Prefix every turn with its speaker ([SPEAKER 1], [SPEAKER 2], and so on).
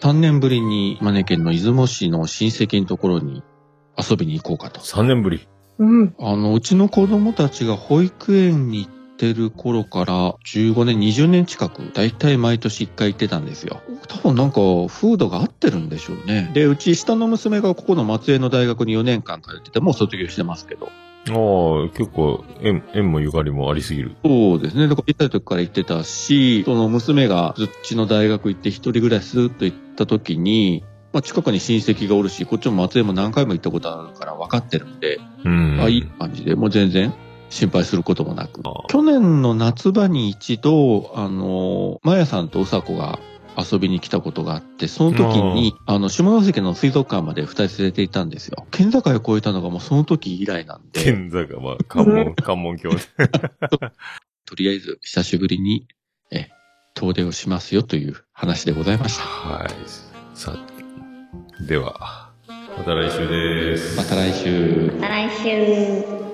[SPEAKER 1] 3年ぶりに島根県の出雲市の親戚のところに遊びに行こうかと。
[SPEAKER 2] 3年ぶり。
[SPEAKER 3] うん。
[SPEAKER 1] あの、うちの子供たちが保育園に行ってる頃から15年、20年近く、だいたい毎年1回行ってたんですよ。多分なんか、風土が合ってるんでしょうね。で、うち下の娘がここの松江の大学に4年間通ってて、もう卒業してますけど。
[SPEAKER 2] ああ、結構、縁、縁もゆかりもありすぎる。
[SPEAKER 1] そうですね。で、小さい時から行ってたし、その娘がずっちの大学行って一人暮らしすると行った時に、まあ近くに親戚がおるし、こっちも松江も何回も行ったことあるから分かってるんで、
[SPEAKER 2] うん。
[SPEAKER 1] あいい感じで、もう全然心配することもなく。去年の夏場に一度、あの、まやさんとうさこが遊びに来たことがあって、その時に、あの、下関の水族館まで二人連れて行ったんですよ。県境を越えたのがもうその時以来なんで。
[SPEAKER 2] 剣座 が、まあ、関門、関門橋で。
[SPEAKER 1] とりあえず久しぶりに、え、遠出をしますよという話でございました。
[SPEAKER 2] はい。さあ、では、また来週です。
[SPEAKER 1] また来週。
[SPEAKER 3] また来週。